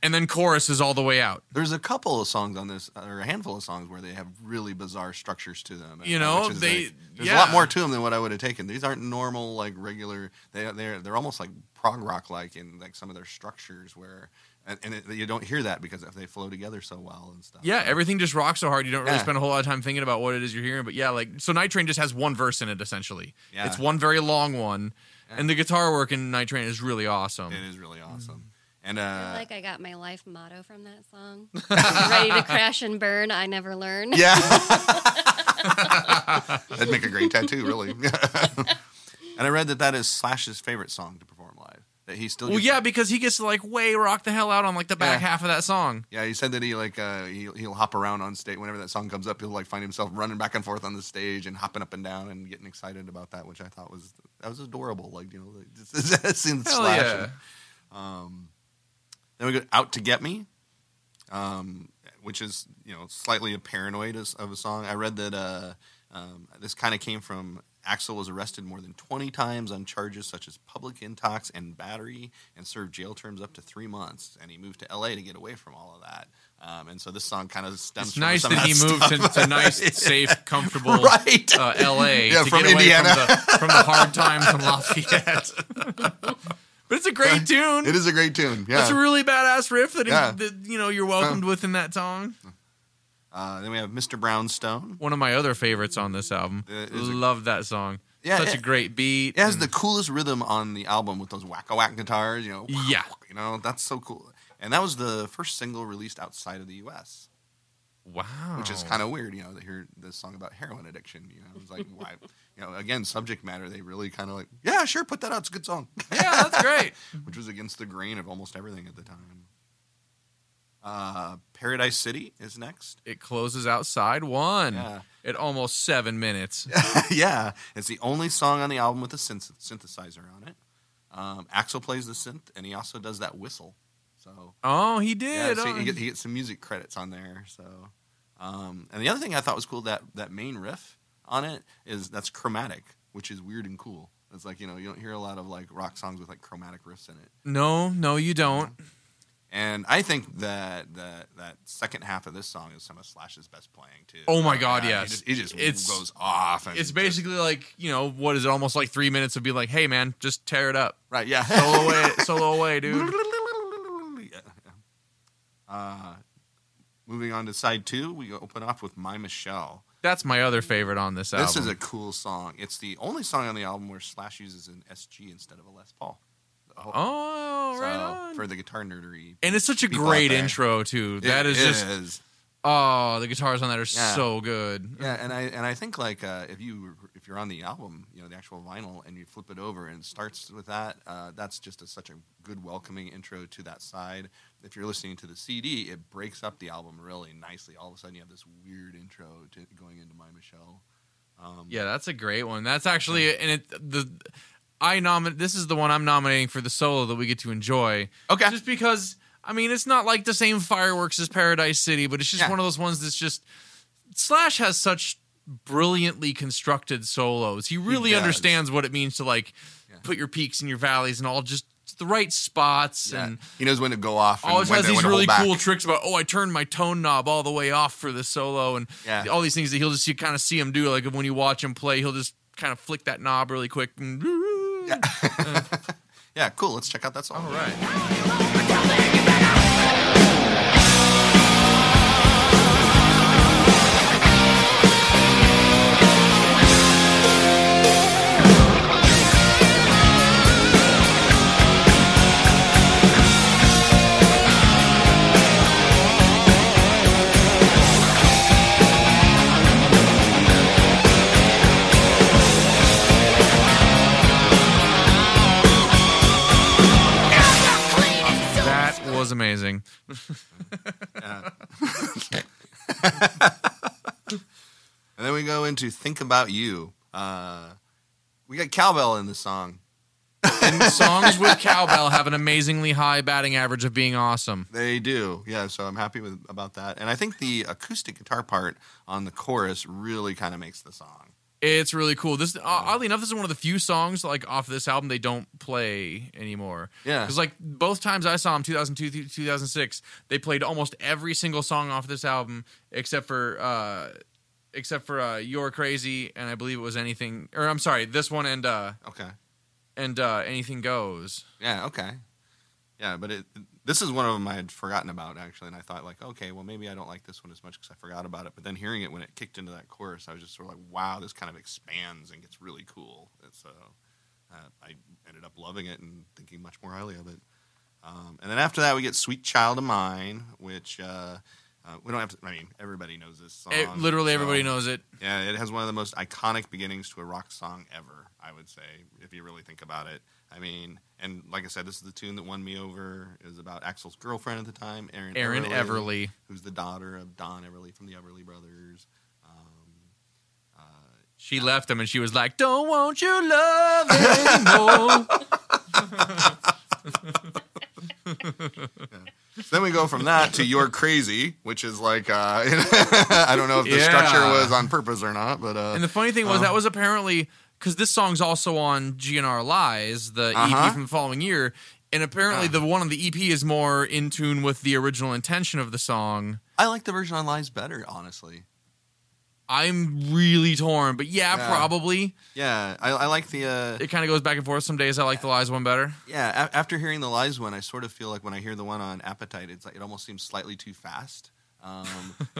S2: and then chorus is all the way out.
S1: There's a couple of songs on this, or a handful of songs where they have really bizarre structures to them.
S2: You know,
S1: is
S2: they-
S1: like- there's a lot
S2: yeah.
S1: more to them than what I would have taken. These aren't normal, like regular. They they're they're almost like prog rock like in like some of their structures where, and, and it, you don't hear that because they flow together so well and stuff.
S2: Yeah, everything just rocks so hard you don't really
S1: Yeah.
S2: spend a whole lot of time thinking about what it is you're hearing. But yeah, like so Night Train just has one verse in it essentially.
S1: Yeah.
S2: It's one very long one. And the guitar work in Night Train is really awesome.
S1: It is really awesome. And
S3: I feel
S1: uh,
S3: like I got my life motto from that
S2: [LAUGHS]
S3: song. Ready to crash and burn, I never learn.
S1: yeah, [LAUGHS] that'd make a great tattoo, really. [LAUGHS] and I read that that is Slash's favorite song to perform live. That he still
S2: Well,
S1: gets-
S2: yeah, because he gets to like way rock the hell out on like the back
S1: Yeah.
S2: half of that song.
S1: Yeah, he said that he like uh, he he'll hop around on stage whenever that song comes up. He'll like find himself running back and forth on the stage and hopping up and down and getting excited about that, which I thought was that was adorable. Like you know, like, [LAUGHS] just- just seeing
S2: Hell
S1: Slash.
S2: yeah.
S1: and- Um, then we go out to get me, um, which is you know slightly a paranoid as- of a song. I read that uh, um, this kind of came from Axel was arrested more than twenty times on charges such as public intox and battery, and served jail terms up to three months. And he moved to L.A. to get away from all of that. Um, and so this song kind of stems.
S2: It's
S1: from
S2: nice
S1: some
S2: that
S1: of
S2: he moved to,
S1: stuff.
S2: to nice,
S1: [LAUGHS]
S2: safe, comfortable
S1: Right.
S2: uh, L.A.
S1: [LAUGHS] Yeah,
S2: to
S1: from
S2: get
S1: Indiana.
S2: away from the, from the hard times
S1: [LAUGHS]
S2: in Lafayette. [LAUGHS] but it's a great tune.
S1: It is a great tune. Yeah.
S2: That's a really badass riff that, he-
S1: Yeah.
S2: that you know you're welcomed with in that song.
S1: uh, then we have Mr. Brownstone.
S2: one of my other favorites on this album.
S1: Uh, is it-
S2: Love that song.
S1: Yeah,
S2: such
S1: it-
S2: a great beat.
S1: It has
S2: and-
S1: the coolest rhythm on the album with those whack a whack guitars. You know.
S2: yeah,
S1: You know, that's so cool. And that was the first single released outside of the US.
S2: Wow.
S1: which
S2: Oh.
S1: is kind of weird, you know, to hear this song about heroin addiction. You know, it's like, why, you know, again, subject matter, they really kind of like, yeah, sure, put that out. It's a good song,
S2: Yeah,
S1: [LAUGHS]
S2: that's great.
S1: which was against the grain of almost everything at the time. Uh, Paradise City is next.
S2: It closes outside one
S1: Yeah. [LAUGHS]
S2: at almost seven minutes.
S1: yeah, it's the only song on the album with a synth- synthesizer on it. Um, Axel plays the synth, and he also does that whistle. So
S2: Oh, he
S1: yeah,
S2: did.
S1: so
S2: oh.
S1: he, get- he gets some music credits on there. So, um, and the other thing I thought was cool that that main riff on it is that's chromatic, which is weird and cool. It's like you know you don't hear a lot of like rock songs with like chromatic riffs in it.
S2: no, no, you don't.
S1: And I think that that that second half of this song is some of Slash's best playing too.
S2: Oh my God,
S1: Yeah,
S2: yes.
S1: he just, he just
S2: It's-
S1: goes off. And
S2: It's
S1: just-
S2: basically like you know what is it? Almost like three minutes of be like, hey man, just tear
S1: [LAUGHS]
S2: it up,
S1: right,
S2: [LAUGHS]
S1: yeah.
S2: solo away, solo away, dude.
S1: Yeah, yeah. Uh, moving on to side two, we open off with My Michelle.
S2: That's my other favorite on this album.
S1: This is a cool song. It's the only song on the album where Slash uses an SG instead of a Les Paul.
S2: oh, right on.
S1: For the guitar nerdery.
S2: and it's such a
S1: people out
S2: great
S1: there.
S2: intro too. That
S1: It
S2: is just
S1: is.
S2: oh, the guitars on that are
S1: Yeah.
S2: so good.
S1: Yeah, and I and I think like uh, if you if you're on the album, you know the actual vinyl, and you flip it over and it starts with that, uh, that's just a, such a good welcoming intro to that side. If you're listening to the CD, it breaks up the album really nicely. All of a sudden, you have this weird intro to going into My Michelle. Um,
S2: Yeah, that's a great one. That's actually and it the I nominate this is the one I'm nominating for the solo that we get to enjoy.
S1: Okay.
S2: Just because I mean it's not like the same fireworks as Paradise City, but it's just
S1: Yeah.
S2: one of those ones that's just Slash has such brilliantly constructed solos. He really
S1: does.
S2: understands what it means to like
S1: Yeah.
S2: put your peaks and your valleys and all just the right spots
S1: Yeah.
S2: and
S1: he knows when to go off. And
S2: always
S1: when
S2: has
S1: to, when
S2: these
S1: to hold
S2: really
S1: back.
S2: cool tricks about oh I turned my tone knob all the way off for the solo and
S1: Yeah.
S2: all these things that he'll just you kind of see him do like when you watch him play he'll just kind of flick that knob really quick. and- [LAUGHS]
S1: Yeah, cool. Let's check out that song.
S2: all right, that was amazing.
S1: And then we go into "Think About You." Uh, we got cowbell in the song.
S2: And songs with cowbell have an amazingly high batting average of being awesome.
S1: They do, yeah. So I'm happy with about that, and I think the acoustic guitar part on the chorus really kind of makes the song.
S2: It's really cool. This oddly enough, this is one of the few songs like off this album they don't play anymore.
S1: Yeah.
S2: because like both times I saw them, 2002, th- 2006, they played almost every single song off this album except for uh except for uh "You're Crazy" and I believe it was anything. Or I'm sorry, this one and uh
S1: Okay,
S2: and uh "Anything Goes."
S1: yeah, okay, yeah. But it, this is one of them I had forgotten about actually, and I thought like, okay, well maybe I don't like this one as much because I forgot about it. But then hearing it when it kicked into that chorus, I was just sort of like, wow, this kind of expands and gets really cool. And so uh, I ended up loving it and thinking much more highly of it. Um, and then after that, we get "Sweet Child of Mine," which. Uh, uh, we don't have to. I mean, everybody knows this song.
S2: It, E, literally everybody
S1: so-
S2: knows it.
S1: Yeah, it has one of the most iconic beginnings to a rock song ever, I would say, if you really think about it. I mean, and like I said, this is the tune that won me over. It was about Axel's girlfriend at the time, Erin
S2: Aaron Everly.
S1: who's the daughter of Don Everly from the Everly Brothers. Um, uh,
S2: She left him and she was like, "Don't want your
S1: [LAUGHS]
S2: love anymore."
S1: so then we go from that to "You're Crazy," which is like uh, [LAUGHS] I don't know if the
S2: Yeah.
S1: structure was on purpose or not, but uh,
S2: And the funny thing was
S1: Uh-huh.
S2: that was apparently because this song's also on GNR Lies, the
S1: Uh-huh. Ah.
S2: EP from the following year, and apparently the one on the EP is more in tune with the original intention of the song.
S1: I like the version on "Lies" better, honestly.
S2: I'm really torn, but yeah,
S1: Yeah.
S2: probably
S1: Yeah, I, I like the. Uh,
S2: it kind of goes back and forth. Some days I like the Lies one better.
S1: Yeah, a- after hearing the lies one, I sort of feel like when I
S2: [LAUGHS]
S1: hear the one on appetite, it's like it almost seems slightly too fast. Um,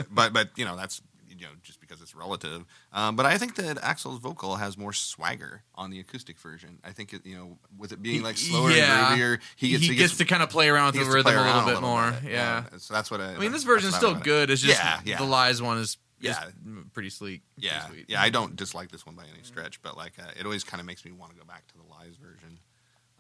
S1: but but you know that's you know just because it's relative. Um, but I think that Axel's vocal has more swagger on the acoustic version. I think it, you know with it being like slower
S2: Yeah.
S1: and groovier, he gets, he gets
S2: to kind of play around
S1: he
S2: with
S1: gets
S2: the
S1: to play
S2: rhythm a little
S1: around
S2: bit more. yeah.
S1: So that's what I.
S2: I mean, this version's still good. It's just
S1: Yeah, yeah.
S2: the lies one is just
S1: Yeah.
S2: m- pretty sleek. pretty
S1: Yeah,
S2: sweet.
S1: yeah. I don't dislike this one by any stretch, but like uh, it always kind of makes me want to go back to the lies version.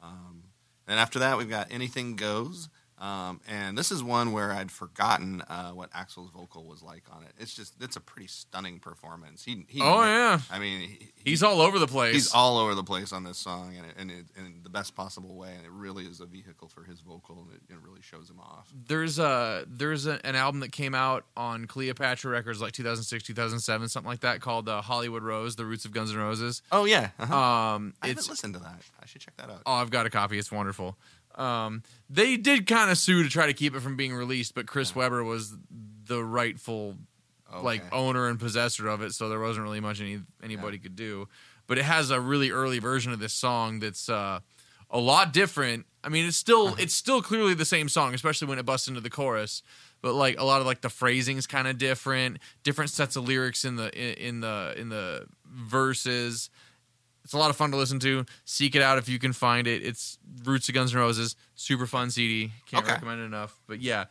S1: Um, and after that, we've got Anything Goes, um, and this is one where I'd forgotten uh, what Axel's vocal was like on it. It's just it's a pretty stunning performance. He, he
S2: Oh, yeah.
S1: I mean he,
S2: He's all over the place.
S1: he's all over the place on this song, and it, and it, in the best possible way. And it really is a vehicle for his vocal, and it, it really shows him off.
S2: there's a there's a, an album that came out on Cleopatra Records like 2006 2007 something like that called uh, Hollywood Rose the Roots of Guns N' Roses.
S1: Oh yeah, uh-huh.
S2: Um
S1: I haven't
S2: it's
S1: listened to that. I should check that out.
S2: oh I've got a copy it's wonderful. Um they did kind of sue to try to keep it from being released but Chris Webber was the rightful Oh, like
S1: Okay.
S2: owner and possessor of it so there wasn't really much any anybody could do. But it has a really early version of this song that's uh a lot different. I mean, it's still it's still clearly the same song, especially when it busts into the chorus. But like a lot of like the phrasing's kind of different, different sets of lyrics in the in the in the verses. It's a lot of fun to listen to. Seek it out if you can find it. It's Roots of Guns N' Roses, super fun CD. Can't
S1: Okay.
S2: recommend it enough. But yeah,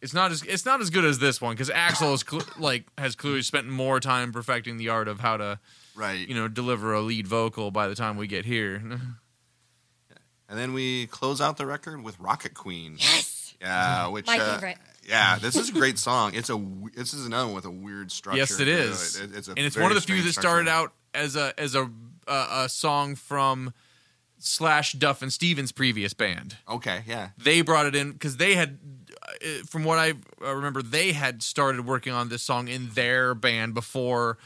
S2: it's not as it's not as good as this one because Axel is cl- like has clearly spent more time perfecting the art of how to
S1: right.
S2: you know deliver a lead vocal. By the time we get here, [LAUGHS]
S1: And then we close out the record with Rocket Queen.
S3: Yes. Mm-hmm.
S1: Yeah, which
S3: My
S1: uh,
S3: favorite.
S1: Yeah, this is a great song. It's a w- this is another one with a weird structure.
S2: Yes, it
S1: too.
S2: is,
S1: It- it's a
S2: and it's
S1: very
S2: one of the few that
S1: strange
S2: started
S1: structure.
S2: out as a as a uh, a song from Slash Duff and Stevens' previous band.
S1: Okay, yeah,
S2: They brought it in because they had, uh, from what I uh, remember, they had started working on this song in their band before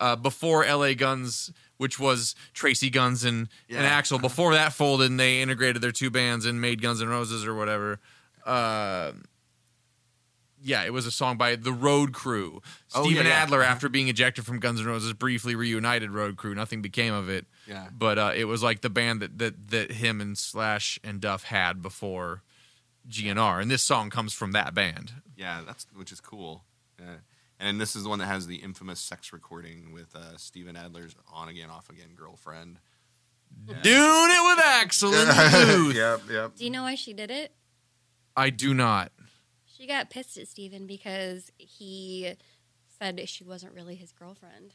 S2: uh, before L.A. Guns. Which was Tracy Guns and, and
S1: Yeah. Uh-huh.
S2: Axel. Before that folded, and they integrated their two bands and made Guns N' Roses or whatever. Uh, yeah, it was a song by the Road Crew.
S1: Oh, yeah,
S2: Steven
S1: yeah.
S2: Adler, after being ejected from Guns N' Roses, briefly reunited Road Crew. Nothing became of it.
S1: Yeah.
S2: But uh, it was like the band that, that that him and Slash and Duff had before GNR, and this song comes from that band.
S1: yeah. That's which is cool. Yeah. And this is the one that has the infamous sex recording with uh, Steven Adler's "On Again, Off Again" girlfriend.
S2: Doing it with
S1: [LAUGHS]
S2: Axel in the booth.
S1: yep.
S3: Do you know why she did it?
S2: I do not.
S3: She got pissed at Steven because he said she wasn't really his girlfriend.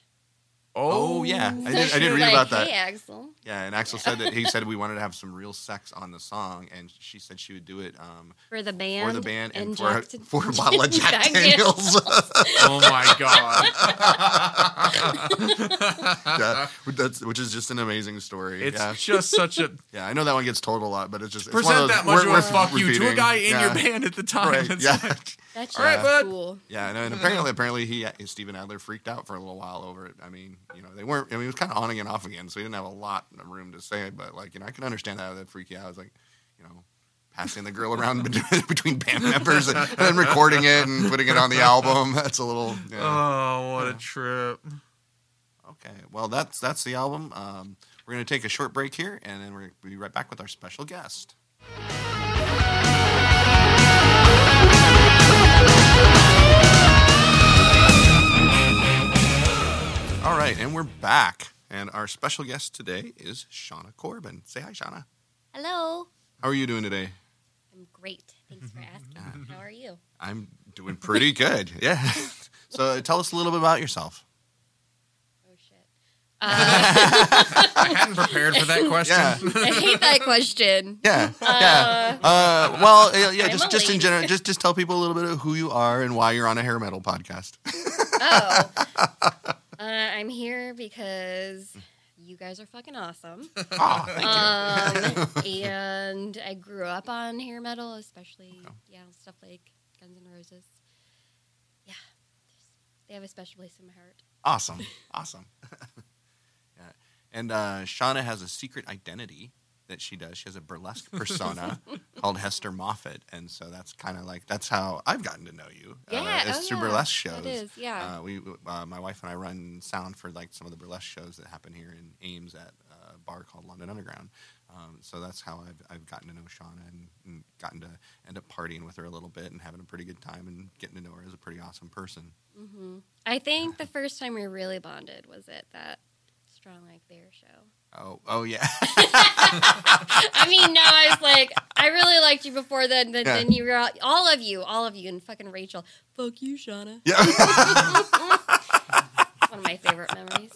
S1: Oh,
S2: [LAUGHS]
S1: yeah. I did-
S3: So
S1: I
S3: she
S1: did read
S3: was like,
S1: about that.
S3: Hey, Axel.
S1: Yeah, and Axel said that he said we wanted to have some real sex on the song, and she said she would do it um,
S3: For the band.
S1: for the band and, for, [LAUGHS]
S3: Jack
S1: a, for
S3: [LAUGHS]
S1: a bottle of Jack,
S3: Jack
S1: Daniels. [LAUGHS]
S2: Oh my god. [LAUGHS]
S1: yeah, that's, which is just an amazing story.
S2: It's
S1: [LAUGHS] yeah.
S2: just such a
S1: yeah, I know that one gets told a lot, but it's just it's one
S2: present
S1: of those-
S2: that much
S1: we're-
S2: of a
S1: we're
S2: fuck you to a
S1: repeating.
S2: guy in
S1: Yeah.
S2: your band at the time.
S1: Right,
S2: It's
S1: yeah.
S2: like-
S3: [LAUGHS] That's
S2: All right, bud.
S3: cool.
S1: Yeah, I know, and apparently, apparently he uh, Steven Adler freaked out for a little while over it. I mean, you know, they weren't. I mean, it was kind of on again, off again, so he didn't have a lot of room to say. But like, you know, I can understand that that freaky out. I was like, you know, passing the girl around [LAUGHS] between, between band members and, then recording it and putting it on the album. That's a little. Yeah.
S2: Oh, what a trip.
S1: Okay, well, that's that's the album. Um, we're gonna take a short break here, and then we're gonna be right back with our special guest. All right, and we're back, and our special guest today is Shauna Corbin. Say hi, Shauna.
S3: Hello.
S1: How are you doing today?
S3: I'm great. Thanks for
S1: [LAUGHS]
S3: asking.
S1: Uh-huh.
S3: How are you?
S1: I'm doing pretty good. Yeah. [LAUGHS] So tell us a little bit about yourself.
S3: Oh shit. [LAUGHS] Uh,
S2: I hadn't prepared for that question.
S1: [LAUGHS] Yeah.
S3: I hate that
S1: [LAUGHS]
S3: question.
S1: Yeah.
S3: Uh,
S1: yeah. Uh, well, yeah, yeah,
S3: I'm
S1: just
S3: a
S1: just in
S3: lady.
S1: general, just just tell people a little bit of who you are and why you're on a hair metal
S3: [LAUGHS]
S1: podcast. [LAUGHS]
S3: Oh. Uh, I'm here because you guys are fucking awesome.
S1: Aw, [LAUGHS] thank you.
S3: Um,
S1: [LAUGHS]
S3: and I grew up on hair metal, especially yeah, stuff like Guns N' Roses. Yeah, they have a special place in my heart.
S1: Awesome. Awesome. [LAUGHS] yeah. And uh, Shauna has a secret identity that she does. She has a burlesque
S3: [LAUGHS]
S1: persona called Hester Moffat. And so that's kind of like, that's how I've gotten to know you.
S3: Yeah,
S1: Uh, it's
S3: oh,
S1: through
S3: yeah.
S1: burlesque shows.
S3: That is, yeah.
S1: Uh, we, uh, my wife and I run sound for like some of the burlesque shows that happen here in Ames at uh, bar called London Underground. Um, so that's how I've, I've gotten to know Shauna and, and gotten to end up partying with her a little bit and having a pretty good time and getting to know her as a pretty awesome person.
S3: hmm I think the first time we really bonded was at that Strong Like Bear show.
S1: [LAUGHS] Oh, oh
S3: [LAUGHS]
S1: yeah.
S3: I mean, no, I was like, I really liked you before then. Then,
S1: Yeah.
S3: then you were all, all of you, all of you, and fucking Rachel. Fuck you,
S1: [LAUGHS]
S3: Shauna.
S1: yeah.
S3: One of my favorite memories.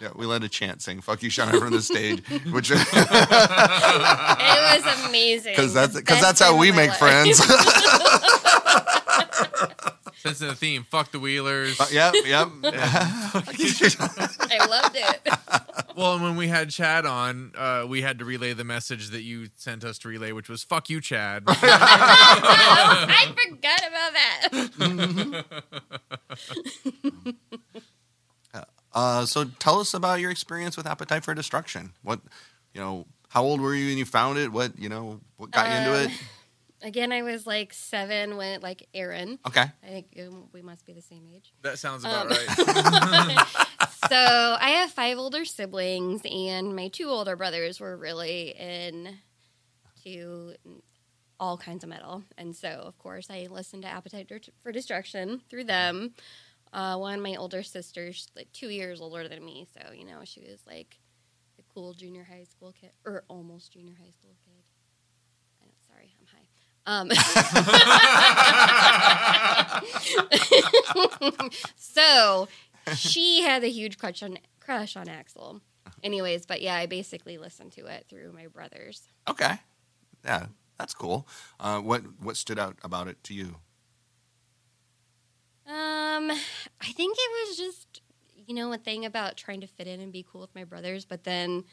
S1: yeah. We led a chant saying, fuck you, Shauna, from the stage, which,
S3: [LAUGHS] It was amazing.
S1: because that's,
S3: The
S1: [LAUGHS] cause
S3: best
S1: that's how
S3: time
S1: we
S3: of my
S1: make friends.
S3: life.
S1: [LAUGHS]
S2: That's the theme. Fuck the Wheelers.
S1: yep. [LAUGHS] Yep.
S3: [LAUGHS] I loved
S1: [LAUGHS]
S3: it.
S2: Well, and when we had Chad on, uh, we had to relay the message that you sent us to relay, which was "fuck you,
S3: [LAUGHS]
S2: Chad."
S3: I forgot about that.
S1: Uh, so tell us about your experience with Appetite for Destruction. What, you know, how old were you when you found it? What, you know, what got you into it?
S3: Um, Again, I was like seven when, like, Aaron.
S1: Okay.
S3: I think um, we must be the same age.
S2: that sounds about
S3: Um, [LAUGHS]
S2: right.
S3: so I have five older siblings, and my two older brothers were really in to all kinds of metal, and so of course I listened to Appetite for- for Destruction through them. Uh, one of my older sisters, like two years older than me, so you know she was like the cool junior high school kid, or almost junior high school kid. I don't, sorry, I'm high. Um, [LAUGHS] so she had a huge crush on crush on Axel. Anyways, but yeah, I basically listened to it through my brothers.
S1: Okay. Yeah, that's cool. Uh, what what stood out about it to you?
S3: Um, I think it was just you know a thing about trying to fit in and be cool with my brothers, but then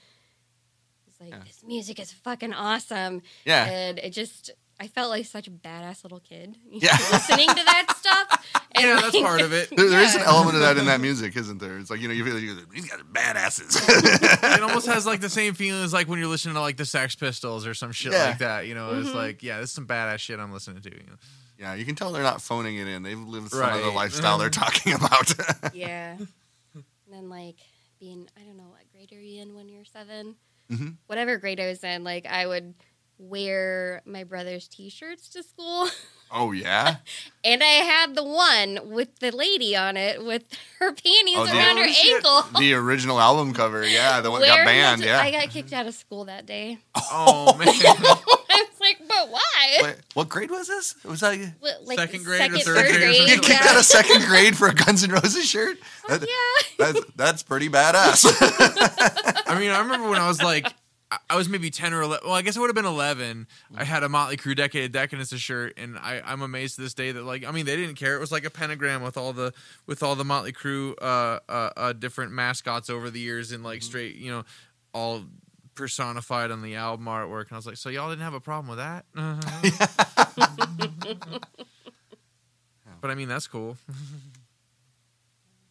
S3: it's like
S1: Yeah.
S3: this music is fucking awesome,
S1: Yeah.
S3: and it just I felt like such a badass little kid
S1: Yeah.
S3: listening to that stuff. And
S2: yeah, that's
S3: like-
S2: part of
S3: [LAUGHS]
S2: it.
S1: There, there is an
S3: yeah.
S1: element of that in
S3: [LAUGHS]
S1: that music, isn't there? It's like you know you feel like you're, these guys are badasses.
S3: [LAUGHS]
S2: It almost has like the same feeling as like when you're listening to like the Sex Pistols or some shit
S1: Yeah.
S2: like that. You know, it's
S3: Mhm.
S2: like, yeah, this is some badass shit I'm listening to. You know?
S3: [LAUGHS]
S1: yeah, you can tell they're not phoning it in. They've lived some of the
S2: Right.
S1: lifestyle they're
S3: Mm-hmm.
S1: talking about. [LAUGHS]
S3: Yeah. and then like being I don't know what grade are you in when you're seven?
S1: Mhm.
S3: Whatever grade I was in, like I would wear my brother's t-shirts to school, [LAUGHS]
S1: oh yeah,
S3: and I had the one with the lady on it with [LAUGHS] her panties
S1: Oh, the-
S3: around her
S2: Oh, shit.
S3: ankle.
S1: the original album cover. Yeah, the one that got
S3: Wearing
S1: banned.
S3: it to-
S1: Yeah.
S3: I got kicked out of school that day.
S1: [LAUGHS]
S3: [LAUGHS]
S2: Oh man,
S3: I was like, but why?
S1: Wait, what grade was this? Was that you
S3: What, like
S2: Second grade or third grade or
S1: You
S2: something
S1: kicked out of second grade
S3: [LAUGHS]
S1: for a Guns N' Roses shirt? That-
S3: yeah.
S1: that's that's pretty badass.
S3: [LAUGHS]
S2: I mean, I remember when I was like, I- I was maybe ten or eleven. Well, I guess I would have been eleven. I had a Motley Crue Decade of Decadence shirt, and I, I'm amazed to this day that like, I mean, they didn't care. It was like a pentagram with all the with all the Motley Crue uh, uh, uh, different mascots over the years, and like straight, you know, all personified on the album artwork. And I was like, so y'all didn't have a problem with that? but I mean, that's cool.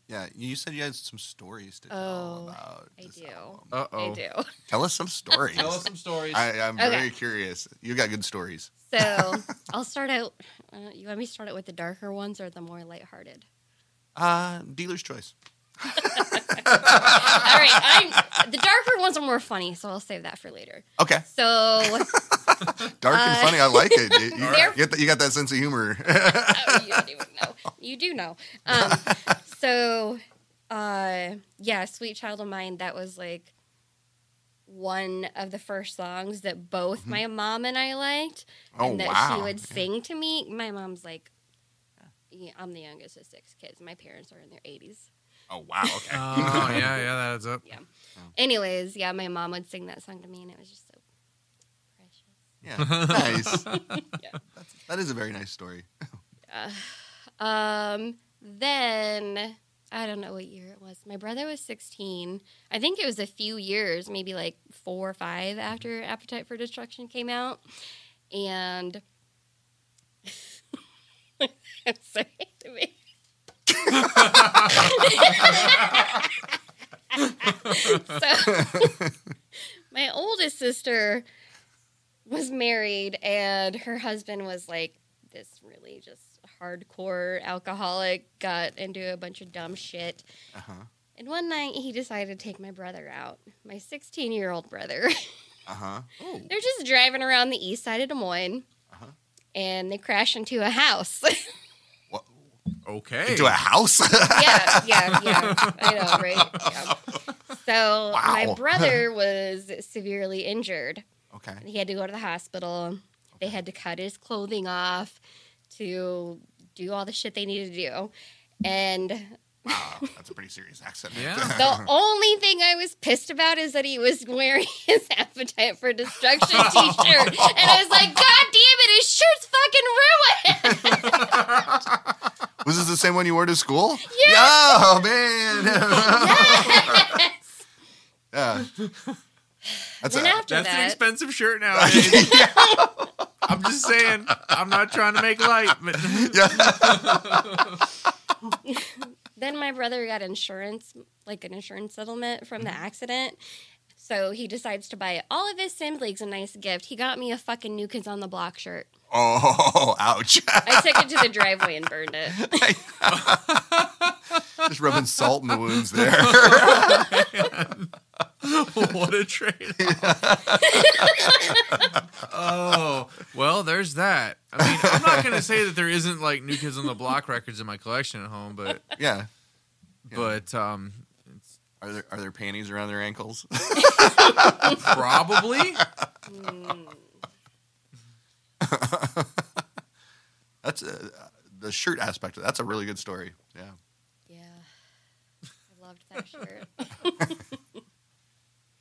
S1: yeah, you said you had some stories to tell
S3: Oh,
S1: about.
S3: I
S1: this
S3: do.
S1: album.
S2: Uh
S3: I
S2: oh.
S3: do.
S1: Tell us some stories.
S2: Tell us some stories.
S1: [LAUGHS] I, I'm
S3: Okay.
S1: very curious. You got good stories.
S3: So
S1: [LAUGHS]
S3: I'll start out. Uh, you want me to start out with the darker ones or the more lighthearted?
S1: Uh, dealer's choice.
S3: All right, I'm, the darker ones are more funny, so I'll save that for later.
S1: Okay,
S3: So [LAUGHS] oh,
S1: dark
S3: Uh,
S1: and funny. I like
S3: [LAUGHS]
S1: it. You, you,
S3: They're-
S1: get that- you got that sense of humor. [LAUGHS]
S3: oh, you don't even know. You do know. Um, so uh, yeah, "Sweet Child of Mine" that was like one of the first songs that both my mom and I liked,
S1: Mm-hmm. oh
S3: and that
S1: wow.
S3: she would sing to me. My mom's like, uh, yeah, I'm the youngest of six kids. My parents are in their 80s.
S1: Oh wow. Okay.
S2: [LAUGHS] Oh yeah, yeah, that adds up.
S3: Anyways, yeah, my mom would sing that song to me, and it was just so precious.
S1: yeah.
S2: [LAUGHS]
S1: Nice.
S3: [LAUGHS] Yeah.
S1: That's, that is a very nice story.
S3: Um, then I don't know what year it was. My brother was 16. I think it was a few years, maybe like four or five after Appetite for Destruction came out. And [LAUGHS] I'm sorry to be. [LAUGHS] so my oldest sister was married and her husband was like this really just hardcore alcoholic got into a bunch of dumb shit
S1: Uh huh.
S3: And one night he decided to take my brother out, my 16 year old brother. [LAUGHS]
S1: Uh huh. Oh.
S3: They're just driving around the east side of Des Moines
S1: Uh-huh.
S3: and they crash into
S1: [LAUGHS]
S3: a house.
S1: What,
S2: Okay.
S1: into a house? [LAUGHS]
S3: yeah, yeah, yeah. I know, right? Yeah. So my
S1: Wow. [LAUGHS]
S3: brother was severely injured.
S1: okay.
S3: He had to go to the hospital. They had to cut his clothing off to do all the shit they needed to do. And
S1: Wow. That's a pretty serious accident. [LAUGHS]
S2: Yeah.
S3: the only thing I was pissed about is that he was wearing [LAUGHS] his Appetite for Destruction
S2: [LAUGHS]
S3: t shirt. And I was like, God damn it, his shirt's fucking ruined.
S1: Was this the same one you wore to school?
S3: Yes.
S1: Oh man. [LAUGHS] yeah. That's
S3: then
S1: a,
S2: [LAUGHS]
S3: after
S2: That's an
S3: that,
S2: expensive shirt nowadays.
S1: [LAUGHS]
S2: I'm just saying. I'm not trying to make light, but
S3: then my brother got insurance, like an insurance settlement from
S2: Mm-hmm.
S3: the accident. So he decides to buy all of his Sims Leagues a nice gift. He got me a fucking New Kids on the Block shirt.
S1: oh ouch. [LAUGHS]
S3: I took it to the driveway and burned it.
S2: [LAUGHS]
S1: Just rubbing salt in the wounds there. [LAUGHS]
S2: [LAUGHS] what a trade. oh well, there's that. I mean, I'm not gonna say that there isn't like New Kids on the Block records in my collection at home, but
S1: yeah.
S2: but um, it's
S1: Are there are there panties around their ankles? [LAUGHS]
S2: probably
S3: Mm.
S1: That's a, the shirt aspect. of That's a really good story. Yeah.
S3: yeah. I loved that shirt.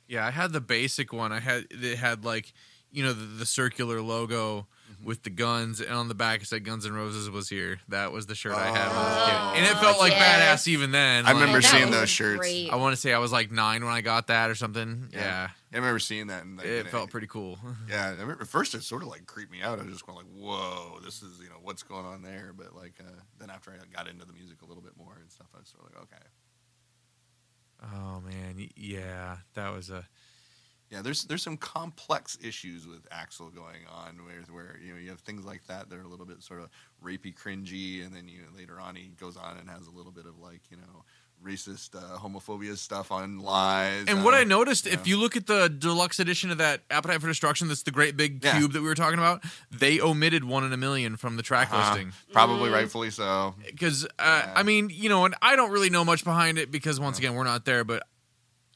S2: yeah. I had the basic one. I had it had like you know the, the circular logo.
S1: Mm-hmm.
S2: With the guns, and on the back it said "Guns and Roses was here." That was the shirt I had when I was a kid, and it felt like
S3: yes.
S2: badass even then.
S1: I
S2: like-
S1: remember
S3: That
S1: seeing
S3: was
S1: those shirts.
S3: great.
S2: I want to say I was like nine when I got that or something. Yeah,
S1: I remember seeing that. And like,
S2: it
S1: and
S2: felt pretty cool. [LAUGHS]
S1: Yeah. I remember, at first, it sort of like creeped me out. I was just going like, "Whoa, this is you know what's going on there." But like uh, then after I got into the music a little bit more and stuff, I was sort of like, "Okay,
S2: Oh man, y- yeah, that was a
S1: yeah." There's there's some complex issues with Axel going on where where you know you have things like that that are a little bit sort of rapey, cringy, and then you know, later on he goes on and has a little bit of like you know racist, uh, homophobia stuff on lies.
S2: And
S1: uh,
S2: what I noticed,
S1: yeah.
S2: if you look at the deluxe edition of that Appetite for Destruction, that's the great big
S1: Yeah.
S2: cube that we were talking about. They omitted one in a million from the track
S1: Uh-huh.
S2: listing
S1: Probably
S3: Mm.
S1: rightfully so.
S2: because uh,
S1: Yeah.
S2: I mean, you know, and I don't really know much behind it because once again, we're not there, but.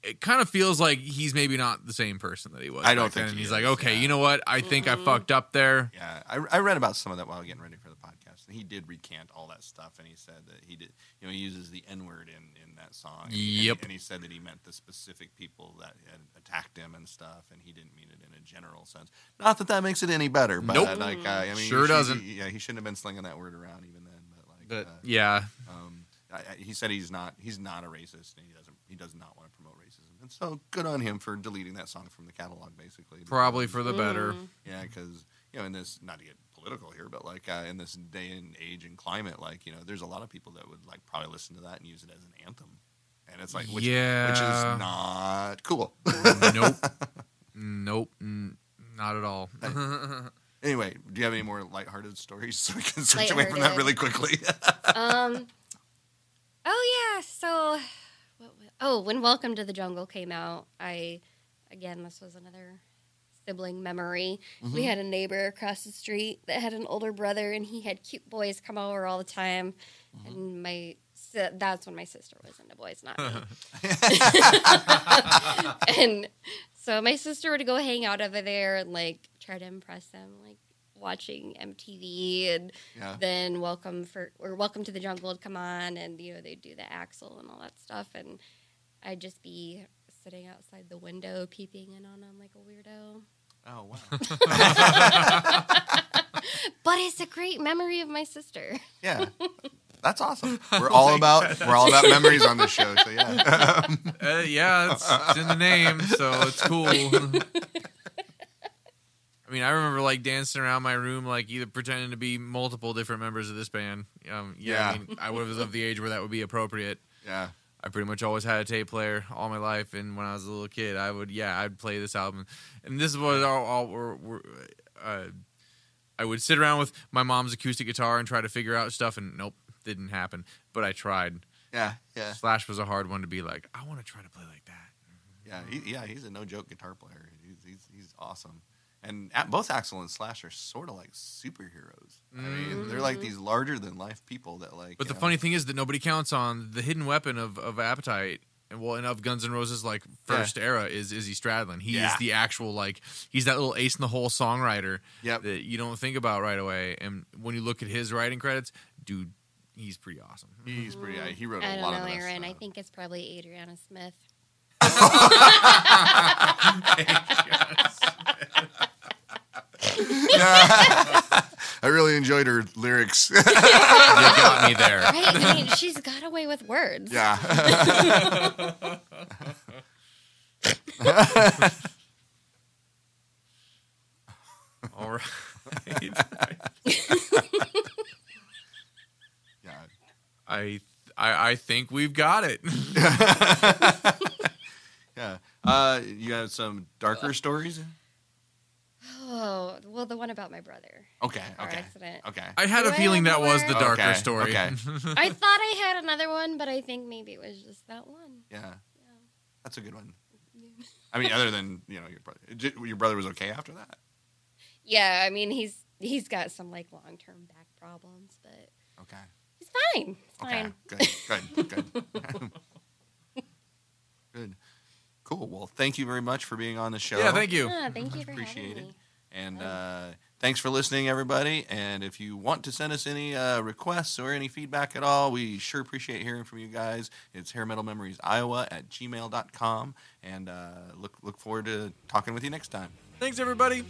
S2: It kind of feels like he's maybe not the same person that he was.
S1: I don't
S2: back then.
S1: think
S2: And
S1: he is,
S2: he's like, okay,
S1: yeah.
S2: you know what? I think I
S3: Mhm.
S2: fucked up there.
S1: Yeah, I, I read about some of that while getting ready for the podcast, and he did recant all that stuff, and he said that he did, you know, he uses the N word in in that song. and-
S2: Yep.
S1: And, he said that he meant the specific people that had attacked him and stuff, and he didn't mean it in a general sense. Not that that makes it any better, but
S2: Nope.
S1: like, uh, I mean, he
S2: Sure
S1: should-
S2: doesn't.
S1: he- yeah, he shouldn't have been slinging that word around even then. But like,
S2: But
S1: uh,
S2: yeah,
S1: um, I, I- he said he's not he's not a racist, and he doesn't he does not want to promote racism, and so good on him for deleting that song from the catalog, basically.
S2: probably
S1: because-
S2: for the better.
S3: Mm.
S1: yeah, because you know, in this not to get political here, but like uh, in this day and age and climate, like you know, there's a lot of people that would like probably listen to that and use it as an anthem, and it's like, which,
S2: yeah,
S1: which is not cool. [LAUGHS]
S2: nope. Nope. N- Not at all.
S1: anyway, do you have any more lighthearted stories so we can switch away from that really quickly? [LAUGHS]
S3: Um. Oh yeah. So, what, wa- oh, when Welcome to the Jungle came out, I again this was another sibling memory.
S1: Mm-hmm.
S3: We had a neighbor across the street that had an older brother, and he had cute boys come over all the time. And my si- that's when my sister was into boys, not me. and so my sister would go hang out over there and like try to impress them, like watching MTV and
S1: [LAUGHS] yeah,
S3: then welcome for or welcome to the jungle would come on and you know they'd do the axle and all that stuff and i'd just be sitting outside the window peeping in on them like a weirdo
S1: oh wow,
S3: but it's a great memory of my sister
S1: yeah, that's awesome. We're all about we're all about memories on this show, so yeah. [LAUGHS]
S2: Uh, yeah, it's, it's in the name, so it's cool. I mean, I remember like dancing around my room, like either pretending to be multiple different members of this band. Um, yeah, I,
S1: Yeah.
S2: mean, I would have of the age where that would be appropriate.
S1: yeah.
S2: I pretty much always had a tape player all my life, and when I was a little kid, I would yeah, I'd play this album, and this is what all, all were. were uh, I would sit around with my mom's acoustic guitar and try to figure out stuff, and nope, didn't happen. But I tried,
S1: Yeah, yeah,
S2: Slash was a hard one to be like, I want to try to play like that.
S1: yeah. He, yeah, he's a no joke guitar player. He's, he's he's awesome. And at, both Axel and Slash are sort of like superheroes. I mean, they're like
S3: Mhm.
S1: these larger than life people that like.
S2: Mm-hmm.
S1: uh,
S2: But
S1: you
S2: the
S1: know,
S2: funny thing is that nobody counts on the hidden weapon of, of appetite and well and of Guns N' Roses like first era is Izzy Stradlin. He
S1: Yeah.
S2: is the actual like he's that little ace in the hole songwriter
S1: Yep.
S2: that you don't think about right away. And when you look at his writing credits, dude, he's pretty awesome.
S1: He's pretty. Yeah, [LAUGHS] he wrote
S3: I
S1: a
S3: don't
S1: lot of
S3: know,
S1: this.
S3: Aaron. I
S1: stuff.
S3: think it's probably Adriana Smith. [LAUGHS] [LAUGHS]
S1: [LAUGHS] I really enjoyed her lyrics. [LAUGHS]
S2: [LAUGHS] you got me there.
S3: Right? I mean, she's got away with words.
S1: yeah. [LAUGHS]
S2: All right.
S1: yeah. [LAUGHS]
S2: I I, I think we've got it. [LAUGHS]
S1: Yeah. Uh, you have some darker stories?
S3: Oh, well, the one about my brother.
S1: Okay.
S3: Car
S1: Okay.
S3: accident.
S1: Okay.
S2: I had a
S3: Do I
S2: feeling
S3: have
S2: that was the
S3: more?
S2: darker
S1: Okay,
S2: story. [LAUGHS]
S1: okay.
S3: I thought I had another one, but I think maybe it was just that one.
S1: Yeah. That's a good one. [LAUGHS]
S3: Yeah.
S1: I mean, other than you know your brother, J- your brother was okay after that.
S3: Yeah, I mean, he's he's got some like long term back problems, but
S1: Okay.
S3: he's fine. He's
S1: Okay.
S3: fine.
S1: Good. Good. Good. [LAUGHS] good. Cool. Well, thank you very much for being on the show.
S2: yeah, thank you.
S3: Ah, thank you for
S1: Appreciate it.
S3: having me.
S1: And uh, thanks for listening, everybody. And if you want to send us any uh, requests or any feedback at all, we sure appreciate hearing from you guys. It's hair metal memories Iowa at gmail.com. And uh, look, look forward to talking with you next time.
S2: Thanks everybody.